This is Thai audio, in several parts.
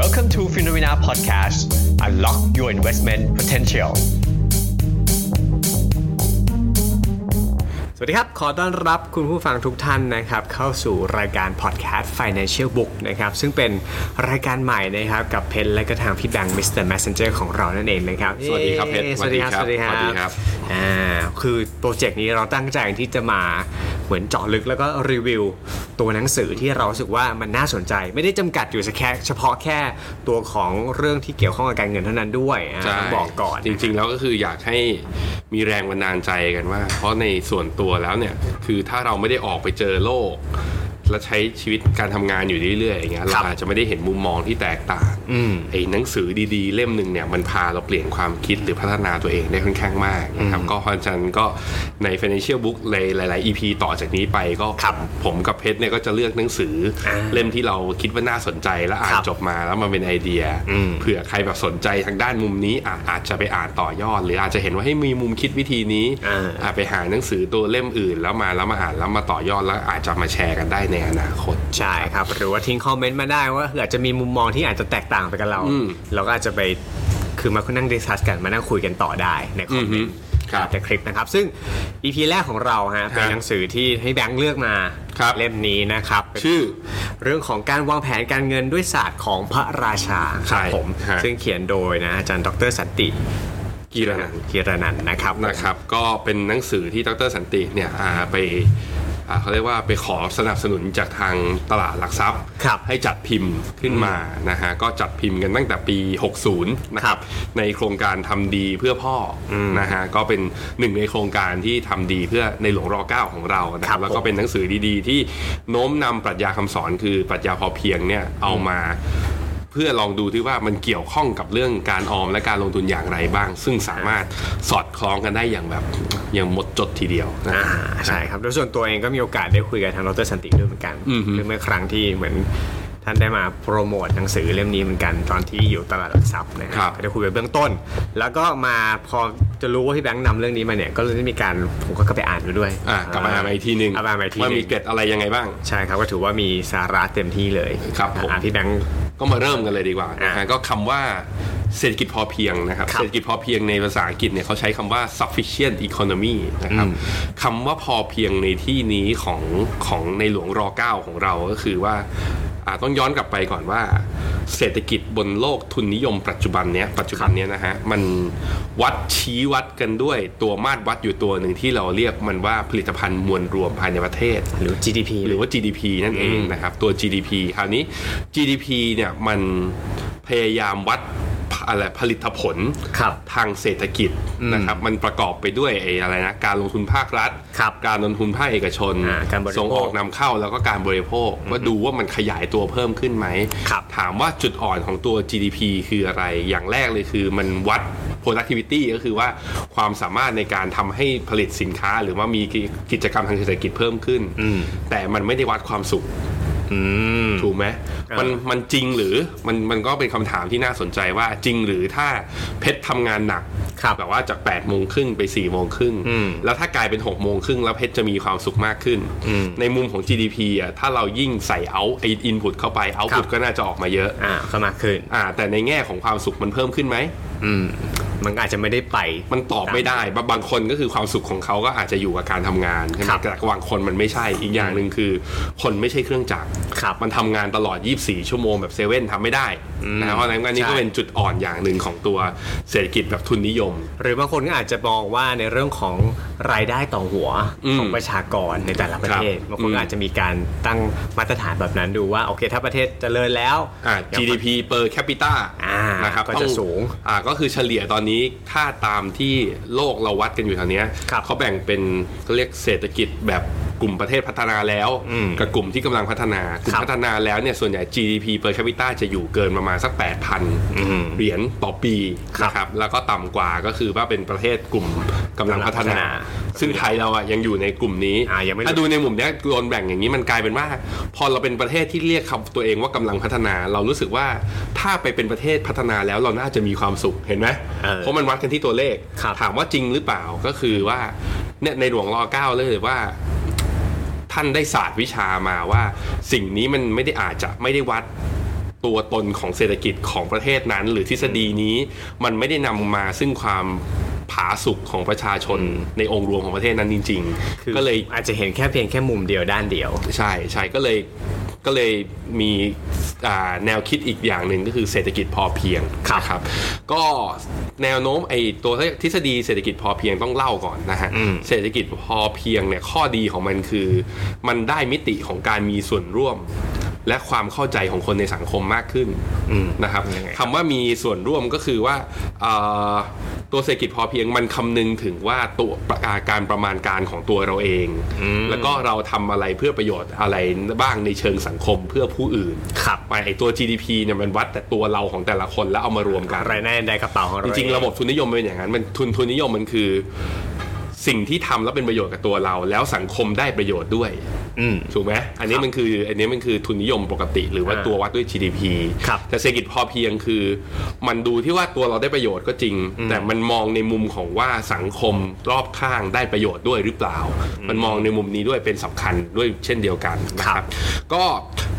Welcome to Phenomena Podcast. Unlock your investment potential. สวัสดีครับ ขอต้อนรับคุณผู้ฟังทุกท่านนะครับ เข้าสู่รายการพอดแคสต์ Financial Book นะครับ ซึ่งเป็นรายการใหม่นะครับ กับเพนและก็ทางพี่แบงค์ Mr. Messenger ของเรานั่นเองนะครับ สวัสดีครับเพน สวัสดีครับ ส สวั วัส สดี ดีค ครั รับบ สวัสดีครับ อ่าคือโปรเจกต์นี้เราตั้งใจที่จะมาเหมือนเจาะลึกแล้วก็รีวิว ตัวหนังสือที่เรารู้สึกว่ามันน่าสนใจ ไม่ได้จำกัดอยู่แค่เฉพาะแค่ตัวของเรื่องที่เกี่ยวข้องกับการเงินเท่านั้นด้วยอ่า ใช่ ต้องบอกก่อน จริงๆแล้วก็คืออยากให้มีแรงบันดาลใจกันว่า เพราะในส่วนตัวแล้วเนี่ยคือถ้าเราไม่ได้ออกไปเจอโลก และใช้ชีวิตการทำงานอยู่เรื่อยๆอย่างเงี้คยรั เรา บ อาจจะไม่ได้เห็นมุมมองที่แตกต่าง อืม ไอ้หนังสือดีๆ เล่มหนึ่งเนี่ยมันพาเราเปลี่ยนความคิดหรือพัฒนาตัวเองได้ค่อนข้างมากนะครับก็เพราะฉะนันก็ใน Financial Book ในหลาย ๆ EP ต่อจากนี้ไปก็ผมกับเพชรเนี่ยก็จะเลือกหนังสืออเล่มที่เราคิดว่าน่าสนใจและอ่านจบมาแล้วมันเป็นไอเดีย เผื่อใครแบบสนใจทางด้านมุมนี้อะอาจจะไปอ่านต่อยอด หรืออาจจะเห็นว่าให้ยมีมุมคิดวิธีนี้ อ่า อ่ะไปหาหนังสือตัวเล่มอื่น แล้วมาแล้วมาอ่านแล้วมาต่อยอดแล้วอาจจะมาแชร์กันได้ในอนาคต ใช่ครับ หรือว่าทิ้งคอมเมนต์มาได้ว่าอาจจะมีมุมมองที่อาจจะแตกต่างไปกับเรา อืม เราก็อาจจะไปคือมานั่งดิสคัสกันมานั่งคุยกันต่อได้ในคอมเมนต์ อือฮึครับ แต่คลิปนะครับ ซึ่ง EP แรกของเราฮะเป็นหนังสือที่ให้แบงค์เลือกมา ครับ เล่มนี้นะครับ ชื่อ เรื่องของการวางแผนการเงินด้วยศาสตร์ของพระราชา ใช่ ผม ฮะ ซึ่งเขียนโดยนะอาจารย์ดรสันติ กีรนันท์ กีรนันท์นะครับ นะครับก็เป็นหนังสือที่ดรสันติเนี่ยอ่าไปอ่าเขาเรียกว่าไปขอสนับสนุนจากทางตลาดหลักทรัพย์ ครับ ให้จัดพิมพ์ขึ้นมานะฮะก็จัดพิมพ์กันตั้งแต่ปี 60 นะครับ ในโครงการทำดีเพื่อพ่ออนะฮะก็เป็นหนึ่งในโครงการที่ทำดีเพื่อในหลวงร9ของเรานะค ครั รั บบ แล้ว ผ ก็ ม เป็นหนังสือดีๆ ที่โน้มนำปรัชญาคำสอนคือปรัชญาพอเพียงเนี่ยเอามา เพื่อลองดูที่ว่ามันเกี่ยวข้องกับเรื่องการออมและการลงทุนอย่างไรบ้าง ซึ่งสามารถสอดคล้องกันได้อย่างแบบอย่างหมดจดทีเดียวนะ อ่าใช่ครับโดยส่วนตัวเองก็มีโอกาสได้คุยกับทางดรสันติด้วยเหมือนกัน อือฮึ คือเมื่อครั้งที่เหมือนท่านได้มาโปรโมทหนังสือเล่มนี้เหมือนกันตอนที่อยู่ตลาดหลักทรัพย์นะครัก็ได้คุยไปเบื้องต้น แล้วก็มาพอจะรู้ว่าพี่แบงค์นำเรื่องนี้มาเนี่ยก็เลยได้มีการผมก็ไปอ่านดูด้วย อ่ากลับมาอ่านมาอีกทีหนึ่ง กลับมาอ่านมาอีกทีห ว่า นึ มี ง เกร็ดอะไรยังไงบ้าง ใช่ครับก็ถือว่ามีสาระเต็มที่เลย ครับผม อ่ะพี่แบงค์ ก็มาเริ่มกันเลยดีกว่านะ อ่ะ ฮะก็คำว่าเศรษฐกิจพอเพียงนะครับ ครับ เศรษฐกิจพอเพียงในภาษาอังกฤษเนี่ยเขาใช้คำว่า sufficient economy นะครับคำว่าพอเพียงในที่นี้ของของในหลวงร9ของเราก็คือว่าอ่าต้องย้อนกลับไปก่อนว่า เศรษฐกิจบนโลกทุนนิยมปัจจุบันเนี้ยปัจจุบันเนี้ยนะฮะมันวัดชี้วัดกันด้วยตัวมาตรวัดอยู่ตัวหนึ่งที่เราเรียกมันว่าผลิตภัณฑ์มวลรวมภายในประเทศ หรือ GDP หรือว่า GDP นั่นเองนะครับ ตัว GDP คราวนี้ GDP เนี่ยมันพยายามวัดอะไรผลิตผล ครับ ทางเศรษฐกิจนะครับ มันประกอบไปด้วยไอ้อะไรนะการลงทุนภาครัฐ ครับ การลงทุนภาคเอกชน อ่าการบริโภค ส่งออกนำเข้าแล้วก็การบริโภคว่าดูว่ามันขยายตัวเพิ่มขึ้นไหม ครับ ถามว่าจุดอ่อนของตัว GDP คืออะไร อย่างแรกเลยคือมันวัด productivity ก็คือว่าความสามารถในการทำให้ผลิตสินค้า หรือว่ามีกิจกรรมทางเศรษฐกิจเพิ่มขึ้น แต่มันไม่ได้วัดความสุข อืม ถูกไหม อ่ามั มันมันจริงหรือมันมันก็เป็นคำถามที่น่าสนใจว่าจริงหรือถ้าเพชรทำงานหนัก ครับ แบบว่าจาก8ปดโมงครึ่งไป4ี่โมงครึ่ง อืม แล้วถ้ากลายเป็น6กโมงครึ่งแล้วเพชรจะมีความสุขมากขึ้น อืม ในมุมของ GDP อ่ะถ้าเรายิ่งใส่เอาไออินพุตเข้าไปเอา ครั พุ บ ตก็น่าจะออกมาเยอะ อ่าเข้ามาคืน อ่าแต่ในแง่ของความสุขมันเพิ่มขึ้นไหม อืมมันก็อาจจะไม่ได้ไป มันตอบไม่ได้บางบางคนก็คือความสุขของเขาก็อาจจะอยู่กับการทำงานใช่ไหม ครับ แต่บางคนมันไม่ใช่ อีกอย่างหนึ่งคือ คนไม่ใช่เครื่องจักร ครับ มันทำงานตลอด 24 ชั่วโมงแบบเซเว่นทำไม่ได้นะครับเพราะฉะนั้นอันนี้ ใช่ ก็เป็นจุดอ่อนอย่างหนึ่งของตัวเศรษฐกิจแบบทุนนิยม หรือบางคนก็อาจจะมองว่าในเรื่องของรายได้ต่อหัว อืม ของประชากรในแต่ละประเทศ ครับ บางคนก็ อืม อาจจะมีการตั้งมาตรฐานแบบนั้นดูว่าโอเคถ้าประเทศเจริญแล้ว อ่า GDP per capita อ่าน นะครับ ก็จะ ต้อง สูง อ่าก็คือเฉลี่ยตอนนี้ถ้าตามที่โลกเราวัดกันอยู่แถวเนี้ย ครับ เขาแบ่งเป็นเขาเรียกเศรษฐกิจแบบกลุ่มประเทศพัฒนาแล้ว อืม กับกลุ่มที่กำลังพัฒนากลุ่ ครั ม บ พัฒนาแล้วเนี่ยส่วนใหญ่ GDP per capita จะอยู่เกินประมาณสัก ม 8,000 เหรียญต่อปี ครับ นะครับแล้วก็ต่ำกว่าก็คือว่าเป็นประเทศกลุ่มกำลังพัฒนา กำลังพัฒนา ซึ่งไทยเราอ่ะยังอยู่ในกลุ่มนี้ อ่ายังไม่หลุด ถ้าดู ดูในมุมเนี้ยโดนแบ่งอย่างนี้มันกลายเป็นว่า พอเราเป็นประเทศที่เรียกคำตัวเองว่ากำลังพัฒนา เรารู้สึกว่าถ้าไปเป็นประเทศพัฒนาแล้วเราน่าจะมีความสุขเห็นไหม เออ เพราะมันวัดกันที่ตัวเลข ครับ ถามว่าจริงหรือเปล่าก็คือว่าเนี่ยในหลวงรอเก้าเลยว่า ท่านได้ศาสตร์วิชามาว่า สิ่งนี้มันไม่ได้อาจจะไม่ได้วัด ตัวตนของเศรษฐกิจของประเทศนั้น หรือทฤษฎีนี้มันไม่ได้นำมาซึ่งความผาสุกของประชาชนในองค์รวมของประเทศนั้นจริง คือ ๆ ก็เลย อาจจะเห็นแค่เพียงแค่มุมเดียวด้านเดียว ใช่ใช่ก็เลยก็เลยมีอ่าแนวคิดอีกอย่างหนึ่งก็คือเศรษฐกิจพอเพียง ครับ นะก็แนวโน้มไอ้ตัวทฤษฎีเศรษฐกิจพอเพียงต้องเล่าก่อนนะฮะ อืม เศรษฐกิจพอเพียงเนี่ยข้อดีของมันคือ มันได้มิติของการมีส่วนร่วม และความเข้าใจของคนในสังคมมากขึ้น อืม นะครับ ยังไงครับ คำว่ามีส่วนร่วมก็คือว่าอ่าตัวเศรษฐกิจพอเพียงมันคำนึงถึงว่าตัวประอ่าการประมาณการของตัวเราเอง แล้วก็เราทำอะไรเพื่อประโยชน์อะไรบ้างในเชิงสังคมเพื่อผู้อื่น ครับ ไปไอตัว GDP เนี่ยมันวัดแต่ตัวเราของแต่ละคนแล้วเอามารวมกัน รายได้ในกระเป๋าของเรา จริงๆ ระบบ บทุนนิยมเป็นอย่างนั้นมันทุนทุนนิยมมันคือ สิ่งที่ทำแล้วเป็นประโยชน์กับตัวเรา แล้วสังคมได้ประโยชน์ด้วย อืม ถูกไหมอันนี้ ครับ มันคืออันนี้มันคือทุนนิยมปกติ หรือว่า อ่า ตัววัดด้วย GDP ครับ แต่เศรษฐกิจพอเพียงคือ มันดูที่ว่าตัวเราได้ประโยชน์ก็จริง แต่มันมองในมุมของว่าสังคมรอบข้างได้ประโยชน์ด้วยหรือเปล่า มันมองในมุมนี้ด้วยเป็นสำคัญด้วยเช่นเดียวกันนะค ครั รับ บ ก็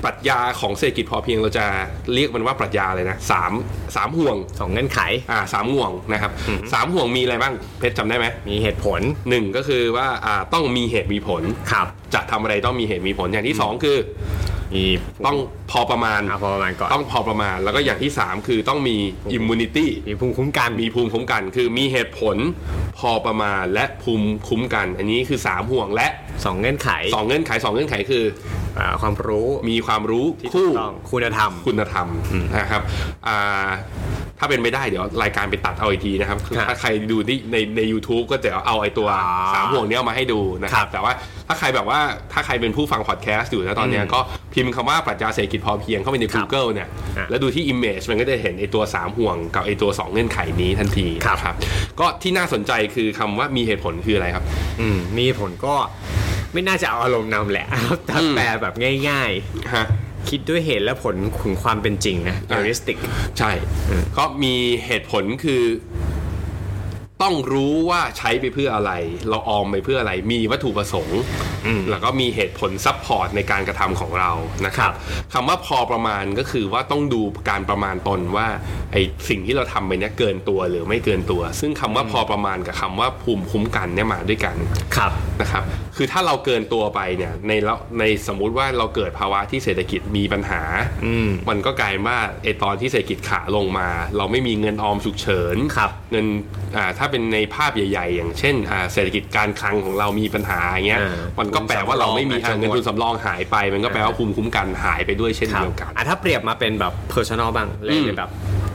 ปรัชญาของเศรษฐกิจพอเพียงเราจะเรียกมันว่าปรัชญาเลยนะสามสามห่วง สองเงื่อนไข อ่าสามห่วงนะครับสามห่วงมีอะไรบ้างเพชรจำได้ไหม มีเหตุผล หนึ่งก็คือว่าอ่าต้องมีเหตุมีผล ครับ จะทำอะไรต้องมีเหตุมีผลอย่างที่สองคือ มี ต้องพอประมาณ อ่ะพอประมาณก่อน ต้องพอประมาณ แล้วก็อย่างที่สามคือต้องมีอิมมูนิตี้ มีภูมิคุ้มกัน มีภูมิคุ้มกัน คือมีเหตุผลพอประมาณและภูมิคุ้มกัน อันนี้คือสามห่วงและ สองเงื่อนไข สองเงื่อนไขสองเงื่อนไขคือ อ่าความรู้ มีความรู้ ที่ถู คู่ กต้องคุณธรรม คุณธรรมนะครับอ่าถ้าเป็นไม่ได้เดี๋ยวรายการไปตัดเอาอีกทีนะครับ ครับ ถ้าใครดูที่ในใน u t u b e ก็จะเอาไอ้ตัว อ่า สามห่วงเนี้ยมาให้ดูนะค ครั รับ บ แต่ว่าถ้าใครแบบว่าถ้าใครเป็นผู้ฟังพอดแคสต์อยู่นะตอนเนี้ย อืม ก็พิมพ์คำว่าปรัชญาเศรษฐกิจพอเพียงเข้าไปใน Google เนี่ย อ่ะ แล้วดูที่ Image มันก็จะเห็นไอ้ตัวสามห่วงกับไอ้ตัวสองเงื่อนไขนี้ทันที ครับ นะก็ที่น่าสนใจคือคำว่ามีเหตุผลคืออะไรครับ อืมมีเหตุผลก็ไม่น่าจะเอาอารมณ์นำแหละ แต่แปลแบบง่าย ๆ คิดด้วยเหตุและผลถึงความเป็นจริงนะ อ่ะ เริสติก ใช่ ก็มีเหตุผลคือ ต้องรู้ว่าใช้ไปเพื่ออะไร เราออมไปเพื่ออะไร มีวัตถุประสงค์ แล้วก็มีเหตุผลซัพพอร์ตในการกระทำของเรานะครับคำว่าพอประมาณก็คือว่าต้องดูการประมาณตนว่าไอสิ่งที่เราทำไปเนี้ยเกินตัวหรือไม่เกินตัว ซึ่งคำว่าพอประมาณกับคำว่าภูมิคุ้มกันเนี่ยมาด้วยกัน ครับ นะครับ คือถ้าเราเกินตัวไปเนี่ยในละในสมมุติว่าเราเกิดภาวะที่เศรษฐกิจมีปัญหา อืม มันก็กลายว่าไอตอนที่เศรษฐกิจขาลงมา เราไม่มีเงินออมฉุกเฉิน ครับ เงินอ่าถ้าเป็นในภาพใหญ่ ๆ อย่างเช่นอ่าเศรษฐกิจการคลังของเรามีปัญหาอย่างเงี้ย อ่ามั มันก็แปลว่าเราไม่มี ทุนสำรอง เงินทุนสำรองหายไป มันก็แปลว่าภูมิคุ้มกันหายไปด้วยเช่น ครับ เดียวกัน อ่ะถ้าเปรียบมาเป็นแบบ personal บ้างเลย อืม เป็นแบบ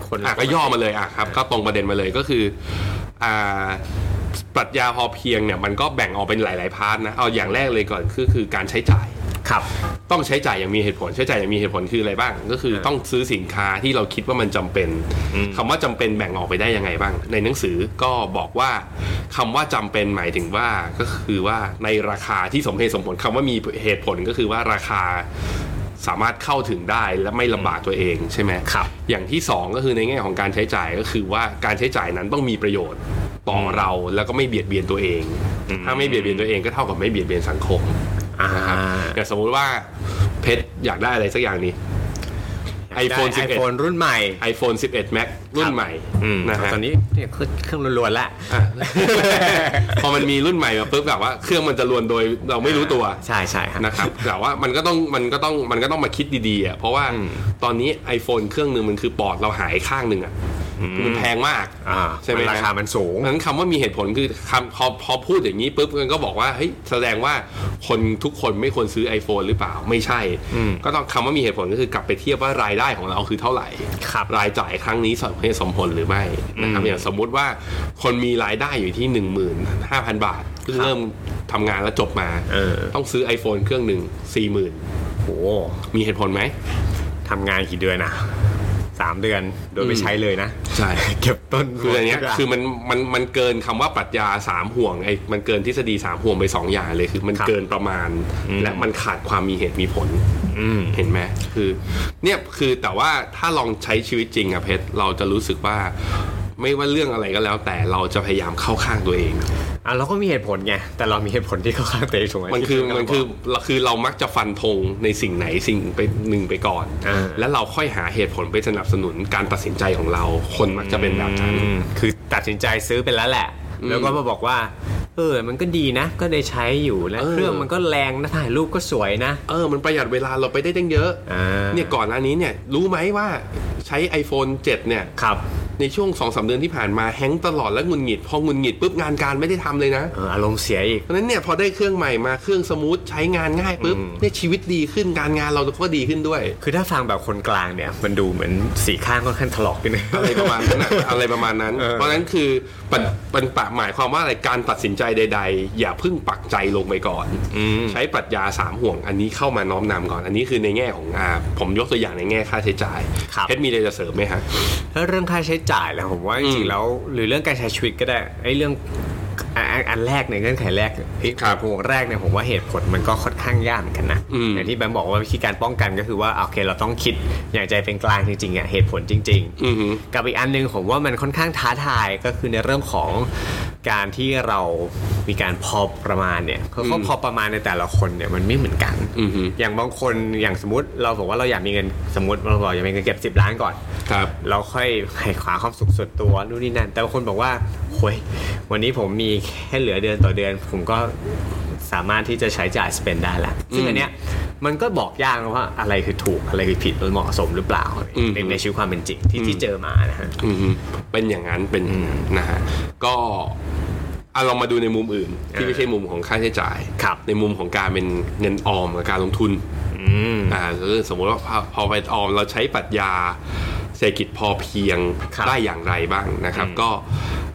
คน อ่ะก็ย่อมาเลยอ่ะครับก็ตรงประเด็นมาเลยก็คืออ่าปรัชญาพอเพียงเนี่ยมันก็แบ่งออกเป็นหลาย ๆ พาร์ทนะเอาอย่างแรกเลยก่อนคือคือการใช้จ่าย ครับ ต้องใช้จ่ายอย่างมีเหตุผลใช้จ่ายอย่างมีเหตุผลคืออะไรบ้าง ก็คือ เออ ต้องซื้อสินค้าที่เราคิดว่ามันจำเป็นคำว่าจำเป็นแบ่งออกไปได้ยังไงบ้าง ในหนังสือก็บอกว่าคำว่าจำเป็นหมายถึงว่าก็คือว่าในราคาที่สมเหตุสมผลคำว่ามีเหตุผลก็คือว่าราคาสามารถเข้าถึงได้และไม่ลำบากตัวเองใช่ไหม ครับ อย่างที่สองก็คือในแง่ของการใช้จ่ายก็คือว่าการใช้จ่ายนั้นต้องมีประโยชน์ต่อเราแล้วก็ไม่เบียดเบียนตัวเอง ถ้าไม่เบียดเบียนตัวเองก็เท่ากับไม่เบียดเบียนสังคม อ่า นะครับอย่างสมมุติว่าเพชรอยากได้อะไรสักอย่างนี้ iPhone ไอโฟนรุ่นใหม่ iPhone 11 Max รุ่นใหม่ อืม นะฮะ ตอนนี้เนี่ยเครื่องล้วนๆแล้ว อ่ะ พอมันมีรุ่นใหม่มาปุ๊บแบบว่าเครื่องมันจะรวนโดยเราไม่รู้ตัว ใช่ใช่ครับ นะครับ แต่ว่ามันก็ต้องมันก็ต้องมันก็ต้องมาคิดดีๆอ่ะเพราะว่าตอนนี้ iPhone เครื่องหนึ่งมันคือปอดเราหายข้างหนึ่งอ่ะมันแพงมาก อ่า ใช่ไหม มันราคา ฮะ มันสูง งั้นคำว่ามีเหตุผลคือคำพอพอพูดอย่างนี้ปุ๊บมันก็บอกว่าเฮ้ยแสดงว่าคนทุกคนไม่ควรซื้อ iPhone หรือเปล่าไม่ใช่ ก็ต้องคำว่ามีเหตุผลก็คือกลับไปเทียบว่ารายได้ของเราคือเท่าไหร่ ครับ รายจ่ายครั้งนี้สมเหตุสมผลหรือไม่นะครับอย่างสมมุติว่าคนมีรายได้อยู่ที่ 15,000 บาทเพิ่คงรับ เริ่มทำงานแล้วจบมา เออ ต้องซื้อ iPhone เครื่องหนึ่ง40,000 โห มีเหตุผลไหม ทำงานกี่เดือนนะสามเดือนโดยไม่ใช้เลยนะ ใช่ เก็บต้น คืออันเนี้ย ทุกย่าง คือมันมันมันเกินคำว่าปรัชญาสามห่วงไอ้มันเกินทฤษฎีสามห่วงไปสองอย่างเลยคือมัน ครับ เกินประมาณ อืม และมันขาดความมีเหตุมีผล อืม เห็นไหมคือเนี่ยคือแต่ว่าถ้าลองใช้ชีวิตจริงอะเพชรเราจะรู้สึกว่า ไม่ว่าเรื่องอะไรก็แล้วแต่เราจะพยายามเข้าข้างตัวเอง อ่ะเราก็มีเหตุผลไงแต่เรามีเหตุผลที่ค่อนข้างเตะถูกไหม มันคือ ที่เรามันบก คือเราคือเรามักจะฟันธงในสิ่งไหนสิ่งไปหนึ่งไปก่อน อ่า แล้วเราค่อยหาเหตุผลไปสนับสนุนการตัดสินใจของเรา คนมักจะเป็นแบบนั้น อืมคือตัดสินใจซื้อไปแล้วแหละ แล้วก็มาบอกว่า เออ มันก็ดีนะ ก็ได้ใช้อยู่นะ เออ เครื่องมันก็แรงนะถ่ายรูปก็สวยนะ เออ มันประหยัดเวลาเราไปได้ตั้งเยอะ อ่า เนี่ยก่อนหน้านี้เนี่ยรู้ไหมว่าใช้ iPhone 7 เนี่ย ครับ ในช่วง2อสเดือนที่ผ่านมาแฮงก์ตลอดและหงุนหงิด พอหงุนหงิดปุ๊บงานการไม่ได้ทำเลยนะ เอออารมณ์เสียอีก เพราะฉะนั้นเนี่ยพอได้เครื่องใหม่มาเครื่องสมูทใช้งานง่ายปุ๊บเนี่ยชีวิตดีขึ้นการงานเราก็ดีขึ้น ด้วย คือถ้าฟังแบบคนกลางเนี่ย มันดูเหมือนสีข้างค่อนข้างถลอกไปหน่อย อะไรประมาณนั้นน่ะ อะไรประมาณนั้น เออ เพราะฉะนั้นคือปันปันปะหมายความว่าอะไรการตัดสินใจใด ๆ อย่าเพึ่งปักใจลงไปก่อน ใช้ปรัชญาสามห่วงอันนี้เข้ามาน้อมนำก่อน อันนี้คือในแง่ของอาผมยกตัวอย่างในแง่ค่าใช้จ่าย ครับ เพชรมีอะไรจะเสริมไหมฮะ แล้วเรื่องค่าใช้จ่ายแหละผมว่าจริงๆแล้วหรือเรื่องการใช้ชีวิตก็ได้ไอ้เรื่องอันอันอันแรกในยเงื่อนไขแรกที่ ครับ ห่วงแรกเนี่ยผมว่าเหตุผลมันก็ค่อนข้างยากเหมือนกันนะ อืม อย่างที่แบมบอกว่าวิธีการป้องกันก็คือว่าโอเคเราต้องคิดอย่างใจเป็นกลางจริงๆอ่ะเหตุผลจริง ๆ อือหือ กับอีกอันหนึงผมว่ามันค่อนข้างท้าทายก็คือในเรื่องของการที่เรามีการพอประมาณเนี่ยเขาก็พอประมาณในแต่ละคนเนี่ยมันไม่เหมือนกัน อือฮึ อย่างบางคนอย่างสมมติเราบอกว่าเราอยากมีเงินสมมติเราบอกอยากมีเงินเก็บ 10 ล้านก่อน ครับ เราค่อยไขว่คว้าความสุขส่วนตัวนู่นนี่นั่น แต่บางคนบอกว่าโอ้ยวันนี้ผมมีแค่เหลือเดือนต่อเดือน ผมก็สามารถที่จะใช้จ่ายสเปนได้ละซึ่งอันเนี้ยมันก็บอกยากนะว่าอะไรคือถูกอะไรคือผิดมันเหมาะสมหรือเปล่า อืม ในในชีวิตความเป็นจริงที่ที่เจอมานะฮะ อืมๆเป็นอย่างนั้นเป็นอย่างนั้นนะฮะก็เอาลองมาดูในมุมอื่น ที่ไม่ใช่มุมของค่าใช้จ่าย ครับ ในมุมของการเป็นเงินออมกับการลงทุน อืม อ่าคือสมมุติว่าพอพอไปออมเราใช้ปรัชญาเศรษฐกิจพอเพียง ครับ ได้อย่างไรบ้างนะครับ ก็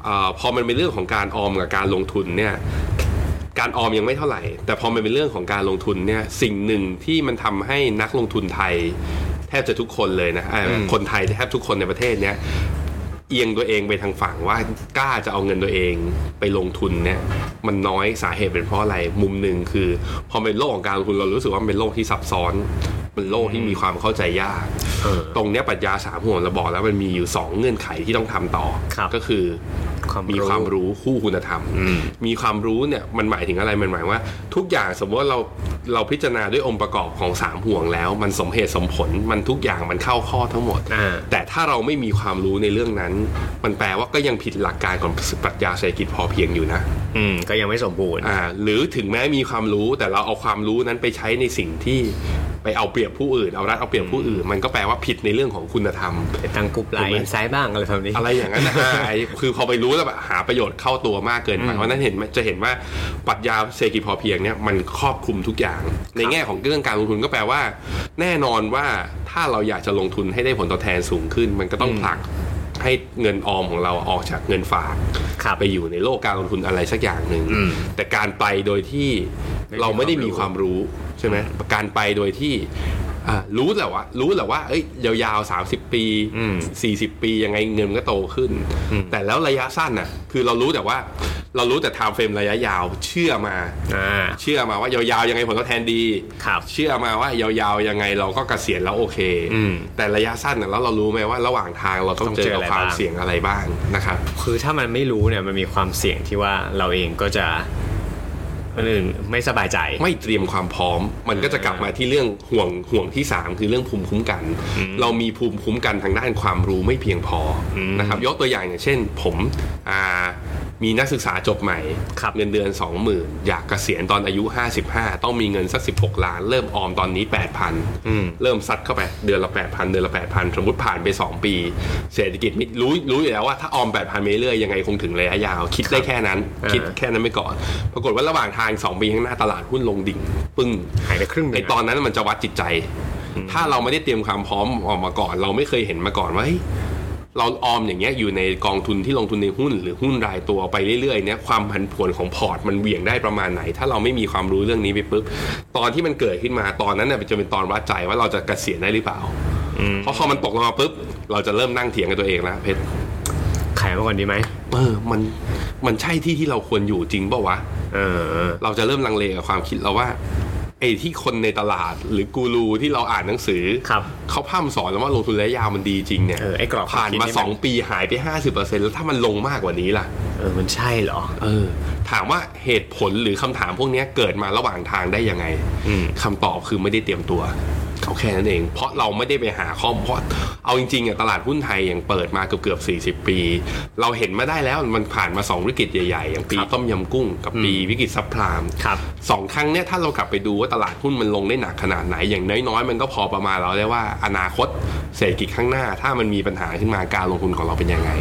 เอ่อพอมันเป็นเรื่องของการออมกับการลงทุนเนี่ยการออมยังไม่เท่าไหร่ แต่พอมันเป็นเรื่องของการลงทุนเนี่ยสิ่งหนึ่งที่มันทำให้นักลงทุนไทย แทบจะทุกคนเลยนะอ่า อืม คนไทยแทบทุกคนในประเทศเนี้ยเอียงตัวเองไปทางฝั่งว่ากล้าจะเอาเงินตัวเองไปลงทุนเนี่ยมันน้อยสาเหตุเป็นเพราะอะไรมุมหนึ่งคือ พอเป็นโลกของการลงทุนเรารู้สึกว่ามันเป็นโลกที่ซับซ้อนเป็นโลกที่มีความเข้าใจยาก เออ ตรงเนี้ยปรัชญาสามห่วงเราบอกแล้วมันมีอยู่ 2 เงื่อนไขที่ต้องทำต่อ ครับ ก็คือ ความรู้ มีความรู้คู่คุณธรรม มีความรู้เนี่ยมันหมายถึงอะไรมันหมายว่า ทุกอย่างสมมติว่าเราเราพิจารณาด้วยองค์ประกอบของสามห่วงแล้ว มันสมเหตุสมผลมันทุกอย่างมันเข้าข้อทั้งหมด อ่า แต่ถ้าเราไม่มีความรู้ในเรื่องนั้น มันแปลว่าก็ยังผิดหลักการของปรัชญาเศรษฐกิจพอเพียงอยู่นะ อืม ก็ยังไม่สมบูรณ์ อ่าหรือถึงแม้มีความรู้แต่เราเอาความรู้นั้นไปใช้ในสิ่งที่ไปเอาเปรียบผู้อื่น เอารัดเอาเปรียบผู้อื่น มันก็แปลว่าผิดในเรื่องของคุณธรรม ไปตั้งกรุ๊ปไล ถูกไหม น์ไซด์บ้างอะไรแบบนี้ อะไร อย่างนั้นนะไอ้คือพอไปรู้แล้วแบบหาประโยชน์เข้าตัวมากเกินไปเพราะฉะนั้นเห็นไหมจะเห็นว่าปรัชญาเศรษฐกิจพอเพียงเนี่ยมันครอบคลุมทุกอย่าง ในแง่ของเรื่องการลงทุนก็แปลว่า แน่นอนว่าถ้าเราอยากจะลงทุนให้ได้ผลตอบแทนสูงขึ้น มันก็ต้องผลักให้เงินออมของเราออกจากเงินฝาก ครับ ไปอยู่ในโลกการลงทุนอะไรสักอย่างหนึ่ง อืม แต่การไปโดยที่เราไม่ได้มีความรู้ใช่ไหมการไปโดยที่อ่ะรู้แหละว่ารู้แหละว่าเอ้ยยาวๆ 30 ปี อืม 40 ปียังไงเงินมันก็โตขึ้น แต่แล้วระยะสั้นน่ะคือเรารู้แต่ว่าเรารู้แต่ time frame ระยะยาวเชื่อมา อ่า เชื่อมาว่ายาวๆยังไงผลตอบแทนดี ครับ เชื่อมาว่ายาวๆยังไงเราก็เกษียณแล้วโอเค อืม แต่ระยะสั้นน่ะแล้วเรารู้ไหมว่าระหว่างทางเราต้อง ต้อง เจ เจอ อกับ อะไร ความ บ้าง เสี่ยงอะไรบ้างนะครับ คือถ้ามันไม่รู้เนี่ยมันมีความเสี่ยงที่ว่าเราเองก็จะคนอื่นไม่สบายใจ ไม่เตรียมความพร้อม มันก็จะกลับมาที่เรื่องห่วงห่วงที่ 3 คือเรื่องภูมิคุ้มกัน เรามีภูมิคุ้มกันทางด้านความรู้ไม่เพียงพออ ม นะครับยกตัวอย่างอย่างเช่น ผมอ่ามีนักศึกษาจบใหม่ ครับ เงินเดือน 20,000 อยากเกษียณตอนอายุ 55 ต้องมีเงินสัก 16 ล้าน เริ่มออมตอนนี้ อืม 8,000 เริ่มซัดเข้าไปเดือนละ 8,000 เดือนละ 8,000 สมมติผ่านไป 2 ปี เศรษฐกิจมิรู้รู้อยู่แล้วว่าถ้าออม 8,000ไปเรื่อยยังไงคงถึงระยะยาว คิดได้แค่นั้น อ่า คิดแค่นั้นไปก่อน ปรากฏว่าระหว่างทาง 2 ปีข้างหน้าตลาดหุ้นลงดิ่ง ปึ้ง หายไปครึ่งหนึ่ง ไอตอนนั้นมันจะวัดจิตใจ ถ้าเราไม่ได้เตรียมความพร้อมออกมาก่อน เราไม่เคยเห็นมาก่อนว่าเฮ้ยเราออมอย่างเงี้ยอยู่ในกองทุนที่ลงทุนในหุ้น หรือหุ้นรายตัวไปเรื่อยๆเนี่ยความผันผวนของพอร์ตมันเหวี่ยงได้ประมาณไหน ถ้าเราไม่มีความรู้เรื่องนี้ไปปุ๊บตอนที่มันเกิดขึ้นมาตอนนั้นเนี่ยมันจะเป็นตอนวัดใจว่าเราจะเกษียณได้หรือเปล่าเพราะพอมันตกลงมาปุ๊บเราจะเริ่มนั่งเถียงกับตัวเองแล้วเพชร ขายมาก่อนดีไหม เออ มัน มันใช่ที่ที่เราควรอยู่จริงเปล่าวะ เออ เราจะเริ่มลังเลกับความคิดเราว่า ไอ้ที่คนในตลาดหรือกูรูที่เราอ่านหนังสือ ครับ เขาพร่ำสอนแล้วว่าลงทุนระยะยาวมันดีจริงเนี่ย เออไอ้กรอบ ผ่านความคิดนี่มามัน สองปีหายไป 50%แล้วถ้ามันลงมากกว่านี้ล่ะ เออมันใช่เหรอ เออถามว่าเหตุผลหรือคำถามพวกเนี้ยเกิดมาระหว่างทางได้ยังไง อืม คำตอบคือไม่ได้เตรียมตัวเขาแค่นั้นเอง เพราะเราไม่ได้ไปหาข้อมูลเพราะเอาจริงๆอ่ะตลาดหุ้นไทยอย่างเปิดมาเกือบเกือบ40 ปี เราเห็นมาได้แล้วมันผ่านมา 2 วิกฤตใหญ่ๆ อย่างปีต้มยำกุ้งกับปีวิกฤตซับพลาม ครับ สองครั้งเนี่ยถ้าเรากลับไปดูว่าตลาดหุ้นมันลงได้หนักขนาดไหน อย่างน้อยๆ มันก็พอประมาณเราได้ว่าอนาคตเศรษฐกิจข้างหน้า ถ้ามันมีปัญหาขึ้นมาการลงทุนของเราเป็นยังไง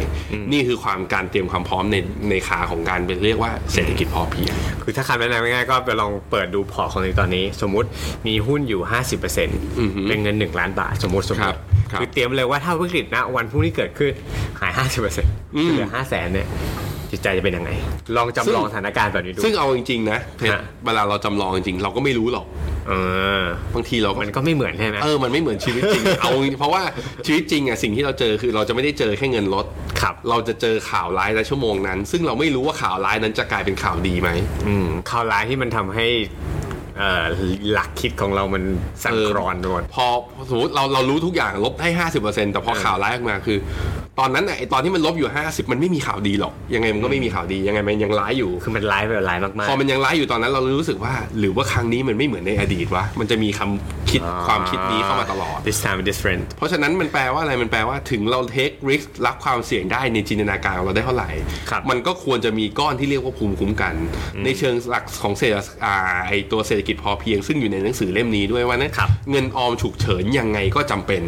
นี่คือความการเตรียมความพร้อมในในขาของการเป็นเรียกว่าเศรษฐกิจพอเพียง คือถ้าคำแนะนำง่ายๆก็ไปลองเปิดดูพอร์ตของตัวเองตอนนี้ สมมุติมีหุ้นอยู่ 50%เป็นเงิน 1 ล้านบาท สมมติสมม ครับ ติ ครับ คือเตรียมเลยว่าถ้าวิกฤตนะวันพรุ่งนี้เกิดขึ้นหาย 50%เหลือ5แสนเนี่ยจิตใจจะเป็นยังไง ลองจำลองสถานการณ์แบบนี้ดู ซึ่งเอาจริงๆนะเพชร ฮะ เวลาเราจำลองจริงๆเราก็ไม่รู้หรอก เออบ างทีเราก็ มันก็ไม่เหมือนใช่ไหม เออ มันไม่เหมือนชีวิตจริ ง เอาจริงเพราะว่าชีวิตจริงอ่ะสิ่งที่เราเจอคือเราจะไม่ได้เจอแค่เงินลด ครับ เราจะเจอข่าวร้ายในชั่วโมงนั้น ซึ่งเราไม่รู้ว่าข่าวร้ายนั้นจะกลายเป็นข่าวดีไหม อืมข่าวร้ายที่มันทำให้เอ่อหลักคิดของเรามันสั่น เออ คลอนไปหมด พอสมมติเราเรารู้ทุกอย่างลบให้ 50%แต่พอข่าวร้ายออกมาคือ ตอนนั้นน่ะไอตอนที่มันลบอยู่ 50 มันไม่มีข่าวดีหรอก ยังไงมันก็ไม่มีข่าวดียังไงมันยังร้ายอยู่ คือมันร้ายแบบร้ายมาก พอมันยังร้ายอยู่ตอนนั้นเรารู้สึกว่า หรือว่าครั้งนี้มันไม่เหมือนในอดีตวะมันจะมีคำคิด ๆ ความคิดนี้เข้ามาตลอด า this time is different เพราะฉะนั้นมันแปลว่าอะไรมันแปลว่าถึงเราเทคริสรับความเสี่ยงได้ในจินตนาการของเราได้เท่าไหร่ ครับ มันก็ควรจะมีก้อนที่เรียกว่าภูมิคุ้มกัน ในเชิงหลักของเศรษฐอ่าไอตัวเศรษฐกิจพอเพียงซึ่งอยู่ในหนังสือเล่มนี้ด้วยว่านะครับ เงินออมฉุกเฉินยังไงก็จำเป็น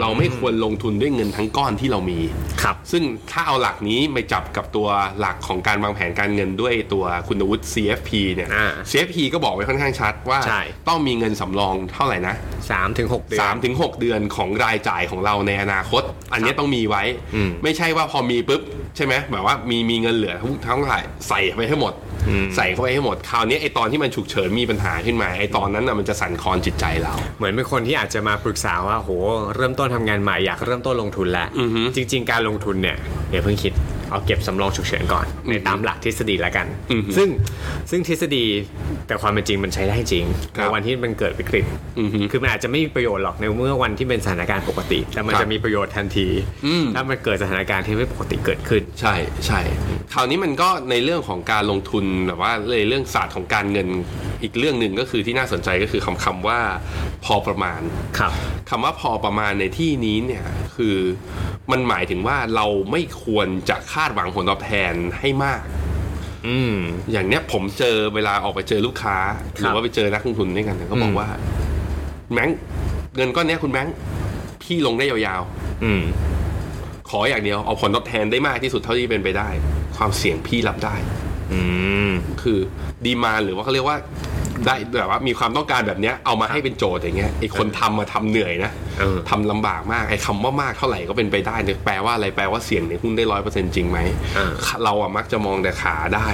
เราไม่ควรลงทุนด้วยเงินทั้งก้อนที่เรามี ครับ ซึ่งถ้าเอาหลักนี้ไปจับกับตัวหลักของการวางแผนการเงินด้วยตัวคุณวุฒิ CFP เนี่ย อ่า CFP ก็บอกไว้ค่อนข้างชัดว่า ใช่ ต้องมีเงินสำรองเท่าไหร่นะ สามถึงหกเดือน สามถึงหกเดือนของรายจ่ายของเราในอนาคต อันเนี้ยต้องมีไว้ อืม ไม่ใช่ว่าพอมีปุ๊บ ใช่ไหมแบบว่ามีมีเงินเหลือทั้งทั้งหลายใส่ไปให้หมด อืม ใส่เข้าไปให้หมด คราวเนี้ยไอตอนที่มันฉุกเฉินมีปัญหาขึ้นมาไอตอนนั้นน่ะมันจะสั่นคลอนจิตใจเรา เหมือนเป็นคนที่อาจจะมาปรึกษาว่าโหเริ่มต้นทำงานใหม่อยากเริ่มต้นลงทุนแล้ว อือฮึ จริง ๆ การลงทุนเนี่ยอย่าเพิ่งคิดเอาเก็บสำรองฉุกเฉินก่อนในตามหลักทฤษฎีแล้วกัน อือฮึ ซึ่งซึ่งทฤษฎีแต่ความเป็นจริงมันใช้ได้จริง ครับ ในวันที่มันเกิดวิกฤต อือฮึ คือมันอาจจะไม่มีประโยชน์หรอกในเมื่อวันที่เป็นสถานการณ์ปกติ แต่มัน ครับ จะมีประโยชน์ทันที อืม ถ้ามันเกิดสถานการณ์ที่ไม่ปกติเกิดขึ้น ใช่ใช่คราวนี้มันก็ในเรื่องของการลงทุนแบบว่าเลยเรื่องศาสตร์ของการเงินอีกเรื่องหนึ่งก็คือที่น่าสนใจก็คือคำคำว่าพอประมาณ ครับ คำว่าพอประมาณในที่นี้เนี่ยคือมันหมายถึงว่าเราไม่ควรจะคาดหวังผลตอบแทนให้มาก อืม อย่างเนี้ยผมเจอเวลาออกไปเจอลูกค้า หรือว่าไปเจอนักลงทุนด้วยกันเนี่ยก็บอ อื ก ม ว่าแบงค์เงินก้อนเนี้ยคุณแบงค์พี่ลงได้ยาว อืม ๆ ขออย่างเดียวเอาผลตอบแทนได้มากที่สุดเท่าที่เป็นไปได้ ความเสี่ยงพี่รับได้ อืม คือดีมาหรือว่าเขาเรียกว่าได้แบบว่ามีความต้องการแบบเนี้ยเอามาให้เป็นโจทย์อย่างเงี้ยไอคนทำมาทำเหนื่อยนะ เออ ทำลำบากมากไอคำว่ามากเท่าไหร่ก็เป็นไปได้เนี่ยแปลว่าอะไรแปลว่าเสี่ยงในหุ้นได้ร้อยเปอร์เซ็นต์จริงไหม อ่า เราอะมักจะมองแต่ขาได้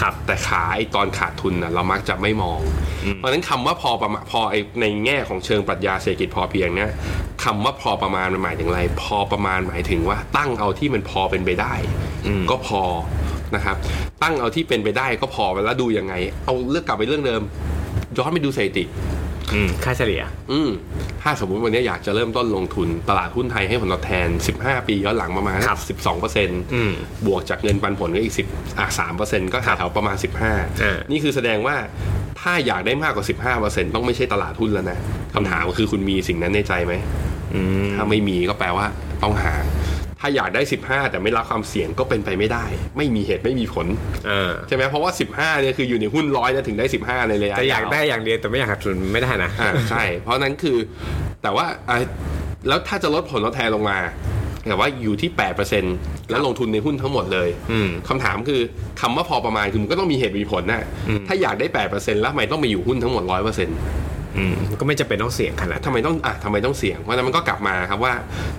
ครับ แต่ขาไอตอนขาดทุนนะเรามักจะไม่มอง เพราะฉะนั้นคำว่าพอประมาณพอไอในแง่ของเชิงปรัชญาเศรษฐกิจพอเพียงเนี่ยคำว่าพอประมาณมันหมายถึงอะไร พอประมาณหมายถึงว่าตั้งเอาที่มันพอเป็นไปได้ ก็พอนะครับ ตั้งเอาที่เป็นไปได้ก็พอแล้วดูยังไง เอาเลือกกลับไปเรื่องเดิม ย้อนไปดูสถิติ อืม ค่าเฉลี่ย อืมถ้าสมมุติวันนี้อยากจะเริ่มต้นลงทุน ตลาดหุ้นไทยให้ผลตอบแทน 15 ปีย้อนหลังประมาณ ครับ สิบสองเปอร์เซ็นต์ อืม บวกจากเงินปันผลก็อีกสิบอ่ะสามเปอร์เซ็นต์ก็แถวๆประมาณสิบห้า เออ นี่คือแสดงว่าถ้าอยากได้มากกว่าสิบห้าเปอร์เซ็นต์ต้องไม่ใช่ตลาดหุ้นแล้วนะคำถามก็คือคุณมีสิ่งนั้นในใจไหม อืม ถ้าไม่มีก็แปลว่าต้องหา ถ้าอยากได้ 15 แต่ไม่รับความเสี่ยงก็เป็นไปไม่ได้ ไม่มีเหตุไม่มีผล เออ ใช่ไหมเพราะว่า 15เนี่ยคืออยู่ในหุ้นร้อยนะถึงได้ 15 ในระยะ แต่อยาก ว ได้อย่างเดียวแต่ไม่อยากขาดทุนไม่ได้นะ อ่าใช่ เพราะนั้นคือแต่ว่าอ่ะแล้วถ้าจะลดผลตอบแทนลงมาแต่ว่าอยู่ที่ 8%แล้วลงทุนในหุ้นทั้งหมดเลย อืม คำถามคือคำว่าพอประมาณคือมันก็ต้องมีเหตุมีผลนะถ้าอยากได้ 8%แล้วทำไมต้องไปอยู่หุ้นทั้งหมด 100% อืมก็ไม่จำเป็นต้องเสี่ยงขนาดนั้น ทำไมต้องอ่ะทำไมต้องเสี่ยง เพราะฉะนั้นมันก็กลับมาครับว่า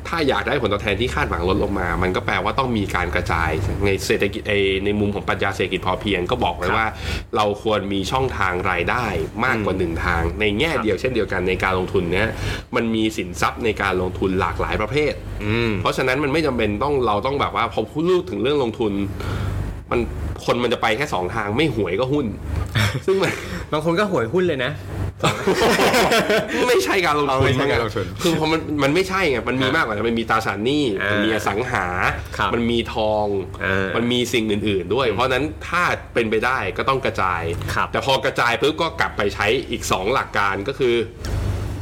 ถ้าอยากได้ผลตอบแทนที่คาดหวังลดลงมา มันก็แปลว่าต้องมีการกระจายในเศรษฐกิจเอในมุมของปรัชญาเศรษฐกิจพอเพียงก็บอกไว้ว่า เราควรมีช่องทางรายได้มากกว่าหนึ่งทาง ในแง่เดียวเช่นเดียวกันในการลงทุนเนี่ยมันมีสินทรัพย์ในการลงทุนหลากหลายประเภท อืม เพราะฉะนั้นมันไม่จำเป็นต้องเราต้องแบบว่าพอพูดถึงเรื่องลงทุน มัน คนมันจะไปแค่สองทางไม่หวยก็หุ้น ซึ่งมัน บางคนก็หวยหุ้นเลยนะ ไม่ใช่การลงทุน เอาไม่ใช่การลงทุน คือพอมันมันไม่ใช่ไงมันมีมากกว่านั้นมันมีตราสารหนี้ อ่ามั มันมีอสังหา ครับ มันมีทอง เออ มันมีสิ่งอื่น ๆ ด้วย เพราะฉะนั้นถ้าเป็นไปได้ก็ต้องกระจาย ครับ แต่พอกระจายปุ๊บก็กลับไปใช้อีกสองหลักการก็คือ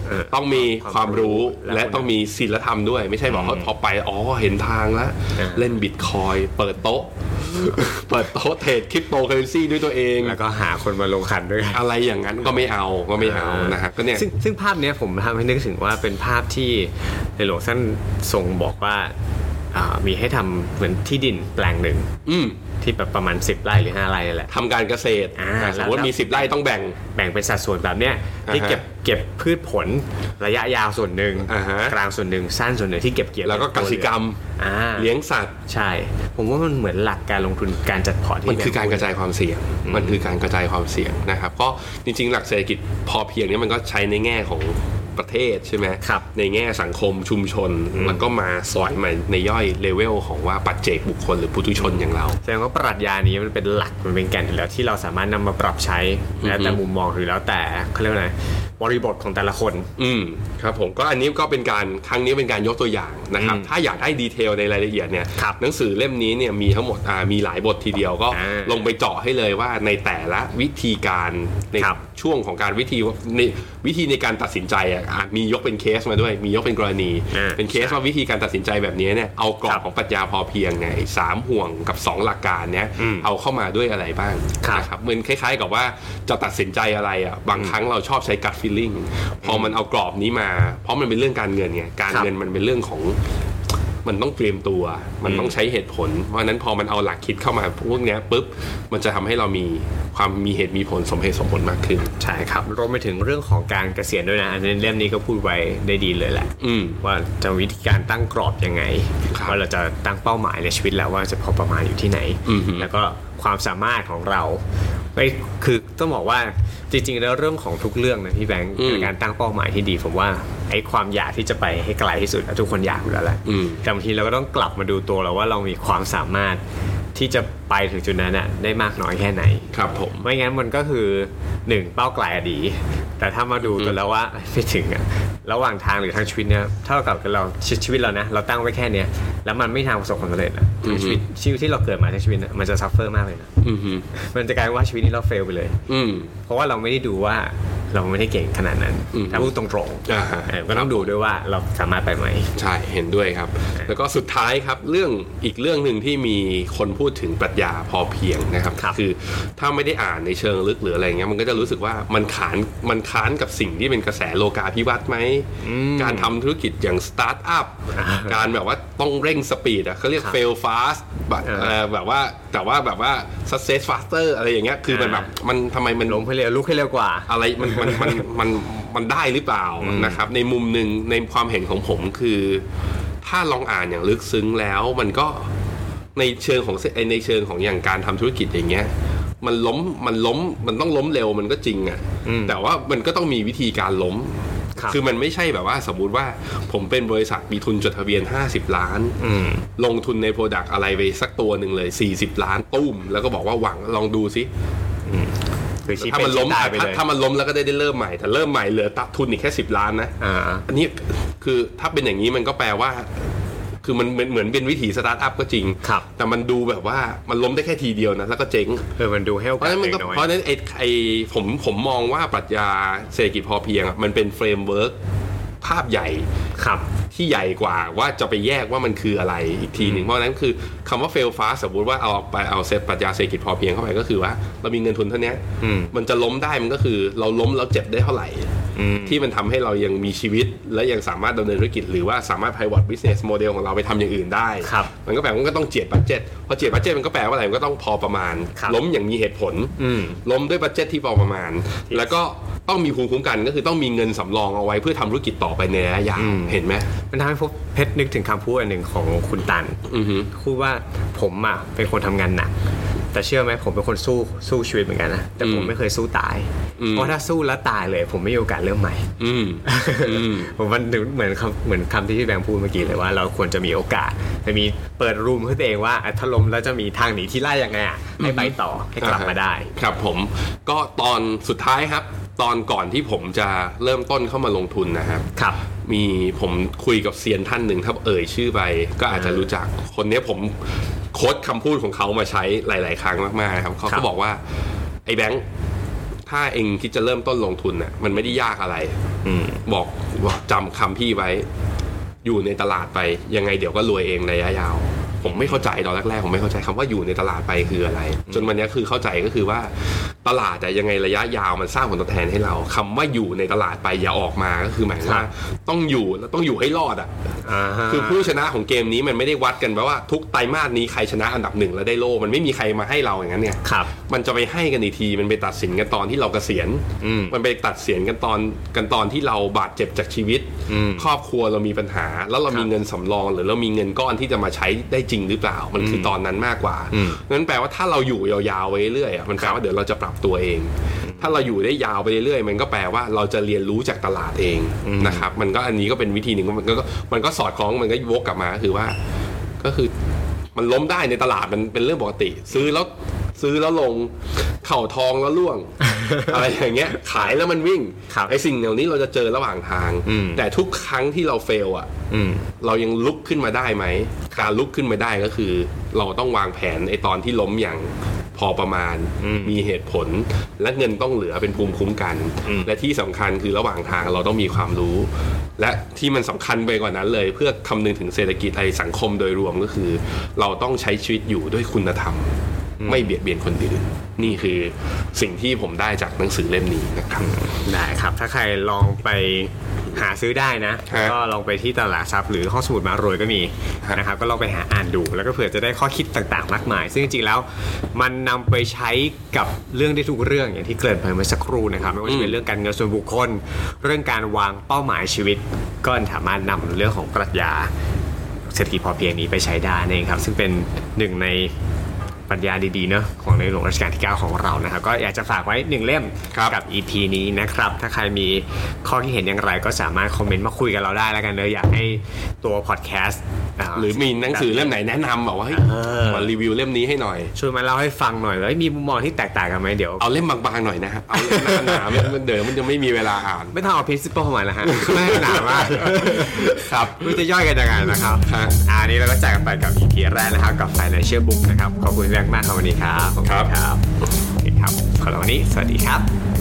เออ ต้องมี ความ ความรู้ และ และต้องมีศีลธรรมด้วย ไม่ใช่บอกว่าพอไปอ๋อเห็นทางแล้ว เออ เล่นบิตคอยน์เปิดโต๊ะ เปิดโต๊ะเทรดคริปโตเคอเรนซีด้วยตัวเอง แล้วก็หาคนมาลงขันด้วยกัน อะไรอย่างนั้นก็ไม่เอาก็ไม่เอานะฮะก็เนี่ย ซึ่งซึ่งภาพเนี้ยผมทำให้นึกถึงว่าเป็นภาพที่ในหลวงท่านทรงบอกว่าอ่ามีให้ทำเหมือนที่ดินแปลงหนึ่ง อืม ที่แบบประมาณ 10 ไร่หรือ 5 ไร่นี่แหละ ทำการเกษตร อ่า อ่าสมมติ แล้ว มีสิบไร่ต้องแบ่ง แบ่งเป็นสัดส่วนแบบเนี้ยที่ อ่าฮะ เก็บเก็บพืชผลระยะยาวส่วนหนึ่ง อ่าฮะ กลางส่วนหนึ่งสั้นส่วนหนึ่งที่เก็บเกี่ยว แล้วก็กสิกรรม อ่า เลี้ยงสัตว์ ใช่ ผมว่ามันเหมือนหลักการลงทุนการจัดพอร์ตที่ มันคือการกระจายความเสี่ยง มันคือการกระจายความเสี่ยงนะครับก็จริงๆ หลักเศรษฐกิจพอเพียงเนี้มันก็ใช้ในแง่ของประเทศใช่ไหม ครับ ในแง่สังคมชุมชน แล้วก็มาสอนมาในย่อยเลเวลของว่าปัจเจกบุคคลหรือปุถุชนอย่างเรา แสดงว่าปรัชญานี้มันเป็นหลักมันเป็นแก่นอยู่แล้วที่เราสามารถนำมาปรับใช้แล้วแต่มุมมองหรือแล้วแต่เขาเรียกว่าไงบริบทของแต่ละคน อืมครับผมก็อันนี้ก็เป็นการครั้งนี้เป็นการยกตัวอย่างนะครับ ถ้าอยากได้ดีเทลในรายละเอียดเนี่ย ครับ หนังสือเล่มนี้เนี่ยมีทั้งหมดอ่ามีหลายบททีเดียวก็ อ่า ลงไปเจาะให้เลยว่าในแต่ละวิธีการใน ครับ ช่วงของการวิธีในวิธีในการตัดสินใจอ่ะอ่ะมียกเป็นเคสมาด้วย มียกเป็นกรณี อ่า เป็นเคสว่าวิธีการตัดสินใจแบบนี้เนี่ยเอากรอ ครับ บ ของปรัชญาพอเพียงไงสามห่วงกับสองหลักการเนี่ย อืม เอาเข้ามาด้วยอะไรบ้าง ครับ นะ ครับมันคล้ายๆกับว่าจะตัดสินใจอะไรอ่ะบางครั้งเราชอบใช้ gut feeling พอมันเอากรอบนี้มา เพราะมันเป็นเรื่องการเงินไงการ ครับ เงินมันเป็นเรื่องของมันต้องเตรียมตัว มันต้องใช้เหตุผล เพราะฉะนั้นพอมันเอาหลักคิดเข้ามาพวกเนี้ยปุ๊บมันจะทำให้เรามีความมีเหตุมีผลสมเหตุสมผลมากขึ้น ใช่ครับรวมไปถึงเรื่องของการเกษียณด้วยนะอันนี้เล่มนี้ก็พูดไว้ได้ดีเลยแหละ อืม ว่าจะวิธีการตั้งกรอบยังไง ครับ ว่าเราจะตั้งเป้าหมายในชีวิตแล้วว่าจะพอประมาณอยู่ที่ไหน อือฮึ แล้วก็ความสามารถของเราไอ้ยคือต้องบอกว่าจริงๆแล้วเรื่องของทุกเรื่องนะพี่แบงค์ อืม การตั้งเป้าหมายที่ดี ผมว่าไอ้ความอยากที่จะไปให้ไกลที่สุดอะทุกคนอยากอยู่แล้วแหละ อืม แต่บางทีเราก็ต้องกลับมาดูตัวเราว่าเรามีความสามารถที่จะไปถึงจุดนั้นน่ะได้มากน้อยแค่ไหน ครับผม ไม่งั้นมันก็คือหนึ่งเป้าไกลอะดี แต่ถ้ามาดูตัวแล้วว่าไม่ถึงอะระหว่างทางหรือทางชีวิตเนี่ยเท่ากับเราชีชีวิตเรานะเราตั้งไว้แค่เนี้ยแล้วมันไม่ทางประสบความสำเร็จอะ อือชีฮึวิตชีวิตที่เราเกิดมาทั้งชีวิตน่ะมันจะซัฟเฟอร์มากเลยนะ อืมฮึ มันจะกลายเป็นว่าชีวิตนี้เราเฟลไปเลย อืม เพราะว่าเราไม่ได้ดูว่าเราไม่ได้เก่งขนาดนั้น อือฮึ ถ้าพูดตรงๆ อ่าฮะ เออก็ต้องดูด้วยว่าเราสามารถไปไหม ใช่เห็นด้วยครับ แล้วก็สุดท้ายครับเรื่องอีกเรื่องหนึ่งที่มีคนพูดถึงปรัชญาพอเพียงนะครับ ครับ อถ้าไม่ได้อ่านในเชิงลึกหรืออะไรเงี้ยมันก็จะรู้สึกว่ามันขานมันค้านกับสิ่งที่เป็นกระแสโลกาภิวัตน์ไหมการทำธุรกิจอย่างสตาร์ทอัพการแบบว่าต้องเร่งสปีดอ่ะเขาเรียก ครับ fail fast แบบ เออ เอ่อแบบว่าแต่ว่าแบบว่า success faster อะไรอย่างเงี้ยคือมัน อ่า แบบมันทำไมมัน ลงให้เร็วลุกให้เร็วกว่า อะไรมันมันมันมันมันได้หรือเปล่านะครับ ในมุมหนึ่งในความเห็นของผมคือ ถ้าลองอ่านอย่างลึกซึ้งแล้วมันก็ในเชิงของเสในเชิงของอย่างการทำธุรกิจอย่างเงี้ย มันล้มมันล้มมันต้องล้มเร็วมันก็จริงอะ่ะแต่ว่ามันก็ต้องมีวิธีการล้ม ครับ อมันไม่ใช่แบบว่าสมมติว่าผมเป็นบริษัทมีทุนจดทะเบียน 50 ล้าน อืม ลงทุนในโปรดักต์อะไรไปสักตัวหนึ่งเลย 40 ล้านตุ้ม แล้วก็บอกว่าหวังลองดูสิ คือชี้ ถ้า เป็ มัน นล้ ชี้ ม ตายไปเลย ถ้าถ้ามันล้มแล้วก็ได้ได้เริ่มใหม่แต่เริ่มใหม่เหลือตัดทุนอีกแค่สิบล้านนะ อ่า อันนี้คือถ้าเป็นอย่างนี้มันก็แปลว่า คือมันเหมือนเหมือนเป็นวิถีสตาร์ทอัพก็จริง ครับ แต่มันดูแบบว่ามันล้มได้แค่ทีเดียวนะแล้วก็เจ๊ง เออมันดูให้โอ เพราะ กาส ฉะนั้นมันก็ เด็กน้อย เพราะฉะนั้นไอ้ไอ้ผมผมมองว่าปรัชญาเศรษฐกิจพอเพียงอะมันเป็นเฟรมเวิร์กภาพใหญ่ ครับ ที่ใหญ่กว่าว่าจะไปแยกว่ามันคืออะไรอีกทีหนึ่งเพราะฉะนั้นคือคำว่า fail fast สมมติว่าเอาไปเอาเซตปรัชญาเศรษฐกิจพอเพียงเข้าไปก็คือว่า เรามีเงินทุนเท่าเนี้ย อืม มันจะล้มได้มันก็คือเราล้มแล้วเจ็บได้เท่าไหร่ อืม ที่มันทำให้เรายังมีชีวิต และยังสามารถดำเนินธุรกิจ หรือว่าสามารถ pivot business model ของเราไปทำอย่างอื่นได้ ครับ มันก็แปลว่ามันก็ต้องเจียดบัตเจ็ตพอเจียดบัตเจ็ตมันก็แปลว่าอะไรมันก็ต้องพอประมาณ ครับ ล้มอย่างมีเหตุผล อืม ล้มด้วยบัตเจ็ตที่พอประมาณ แล้วก็ต้องมีภูมิคุ้มกันก็คือต้องมีเงินสำรองเอาไว้เพื่อทำธุรกิจต่อไปในระยะยาวเห็นไหม มันทำให้พบเพชรนึกถึงคำพูดอันหนึ่งของคุณตัน อือฮึ พูดว่าผมอ่ะเป็นคนทำงานหนัก แต่เชื่อไหมผมเป็นคนสู้สู้ชีวิตเหมือนกันนะแต่ผม อืม ไม่เคยสู้ตาย อืม เพราะถ้าสู้แล้วตายเลย ผมไม่มีโอกาสเริ่มใหม่ อืม อืม ผมมันถึงเหมือนคำเหมือนคำที่พี่แบงค์พูดเมื่อกี้เลยว่า เราควรจะมีโอกาสจะมีเปิดรูมให้ตัวเองว่าอ่ะถ้าล้มแล้วจะมีทางหนีที่ไล่ยังไงอ่ะให้ไปต่อให้กลับมาได้ ครับผมก็ตอนสุดท้ายครับ ตอนก่อนที่ผมจะเริ่มต้นเข้ามาลงทุนนะครับ ครับ มีผมคุยกับเซียนท่านหนึ่งถ้าเอ่ยชื่อไปก็อาจจะรู้จักคนเนี้ยผมโค้ดคำพูดของเขามาใช้หลาย ๆ ครั้งมากๆนะครับเขา ครั ก็ บ บอกว่าไอ้แบงค์ถ้าเองคิดจะเริ่มต้นลงทุนน่ะมันไม่ได้ยากอะไร อืม บอกว่าจำคำพี่ไว้ อยู่ในตลาดไปยังไงเดี๋ยวก็รวยเองระยะยาว ผมไม่เข้าใจตอนแรกๆผมไม่เข้าใจคำว่าอยู่ในตลาดไปคืออะไร จนวันนี้คือเข้าใจก็คือว่าตลาดแต่ยังไงระยะยาวมันสร้างผลตอบแทนให้เราคำว่าอยู่ในตลาดไปอย่าออกมาก็คือหมายคว่ารับ ต้องอยู่แล้วต้องอยู่ให้รอดอ่ะ อ่าฮะ คือผู้ชนะของเกมนี้มันไม่ได้วัดกันว่าทุกไตรมาสนี้ใครชนะอันดับหนึ่งแล้วได้โล่มันไม่มีใครมาให้เราอย่างนั้นเนี่ย ครับ มันจะไปให้กันอีกทีมันไปตัดสินกันตอนที่เราเกษียณ อืม มันไปตัดสินกันตอนกันตอนที่เราบาดเจ็บจากชีวิต อืม ครอบครัวเรามีปัญหา แล้วเรา ครับ มีเงินสำรอง หรือเรามีเงินก้อนที่จะมาใช้ได้จริงหรือเปล่า มันคือตอนนั้นมากกว่า อืม นั้นแปลว่าถ้าเราอยู่ยาวๆไว้เรื่อยๆอ่ะมันแปลว่าเดี๋ยวเราจะปรับตัวเอง ถ้าเราอยู่ได้ยาวไปเรื่อยๆมันก็แปลว่าเราจะเรียนรู้จากตลาดเองนะครับ มันก็อันนี้ก็เป็นวิธีหนึ่งมันก็มันก็สอดคล้องมันก็วกกลับมาก็คือว่า ก็คือมันล้มได้ในตลาดมันเป็นเรื่องปกติ ซื้อแล้วซื้อแล้วลงเข่าทองแล้ว ล่วง อะไรอย่างเงี้ย ขายแล้วมันวิ่ง ครับ ไอ้สิ่งเหล่านี้เราจะเจอระหว่างทาง อืม แต่ทุกครั้งที่เราเฟลอ่ะ อืม เรายังลุกขึ้นมาได้ไหม การลุกขึ้นมาได้ก็คือ เราต้องวางแผนไอตอนที่ล้มอย่างพอประมาณ อืม มีเหตุผล และเงินต้องเหลือเป็นภูมิคุ้มกัน อืม และที่สำคัญคือระหว่างทางเราต้องมีความรู้ และที่มันสำคัญไปกว่านั้นเลย เพื่อคำนึงถึงเศรษฐกิจไอสังคมโดยรวมก็คือ เราต้องใช้ชีวิตอยู่ด้วยคุณธรรม ไม่เบียดเบียนคนอื่น นี่คือสิ่งที่ผมได้จากหนังสือเล่มนี้นะครับ ได้ครับ ถ้าใครลองไปหาซื้อได้นะ ฮะ ก็ลองไปที่ตลาดทรัพย์หรือห้องสมุดมารวยก็มี ฮะ นะครับ ก็ลองไปหาอ่านดู แล้วก็เผื่อจะได้ข้อคิดต่างๆ มากมาย ซึ่งจริงๆแล้วมันนำไปใช้กับเรื่องได้ทุกเรื่องอย่างที่เกริ่นไปเมื่อสักครู่นะครับ ไม่ว่าจะเป็นเรื่องการเงินส่วนบุคคล เรื่องการวางเป้าหมายชีวิต ก็สามารถนำเรื่องของปรัชญา เศรษฐกิจพอเพียงนี้ไปใช้ได้นั่นเองครับ ซึ่งเป็นหนึ่งในปรัชญาดีๆเนอะของในหลวงรัชกาลที่ 9 ของเรานะครับ ก็อยากจะฝากไว้หนึ่งเล่ม ครับ กับ EP นี้นะครับ ถ้าใครมีข้อคิดเห็นอย่างไรก็สามารถคอมเมนต์มาคุยกับเราได้แล้วกันเนอะอยากให้ตัวพอดแคสต์า หรือมีหนังสือเล่มไหนแนะนำบอกว่าเฮ้ย เออ มารีวิวเล่มนี้ให้หน่อย ช่วยมาเล่าให้ฟังหน่อยแล้วมีมุมมองที่แตกต่างกันไหมเดี๋ยว เอาเล่มบางๆหน่อยนะฮะเอาเล่มหนาๆไม่มันเดี๋ยวมันจะไม่มีเวลาอ่าน ไม่ต้องเอา principle ของมันนะฮะ ไม่ให้หนามาก ครับ มันจะย่อยกันยังไงนะครับ ฮะ อ่าอันนี้เราก็จากกันไปกับ EP แรกนะครับ กับ Financial Book นะครับ ขอบคุณแบงค์มากครับวันนี้ครับขอบณครับโอเคครับขอลวันนี้ สวัสดีครับ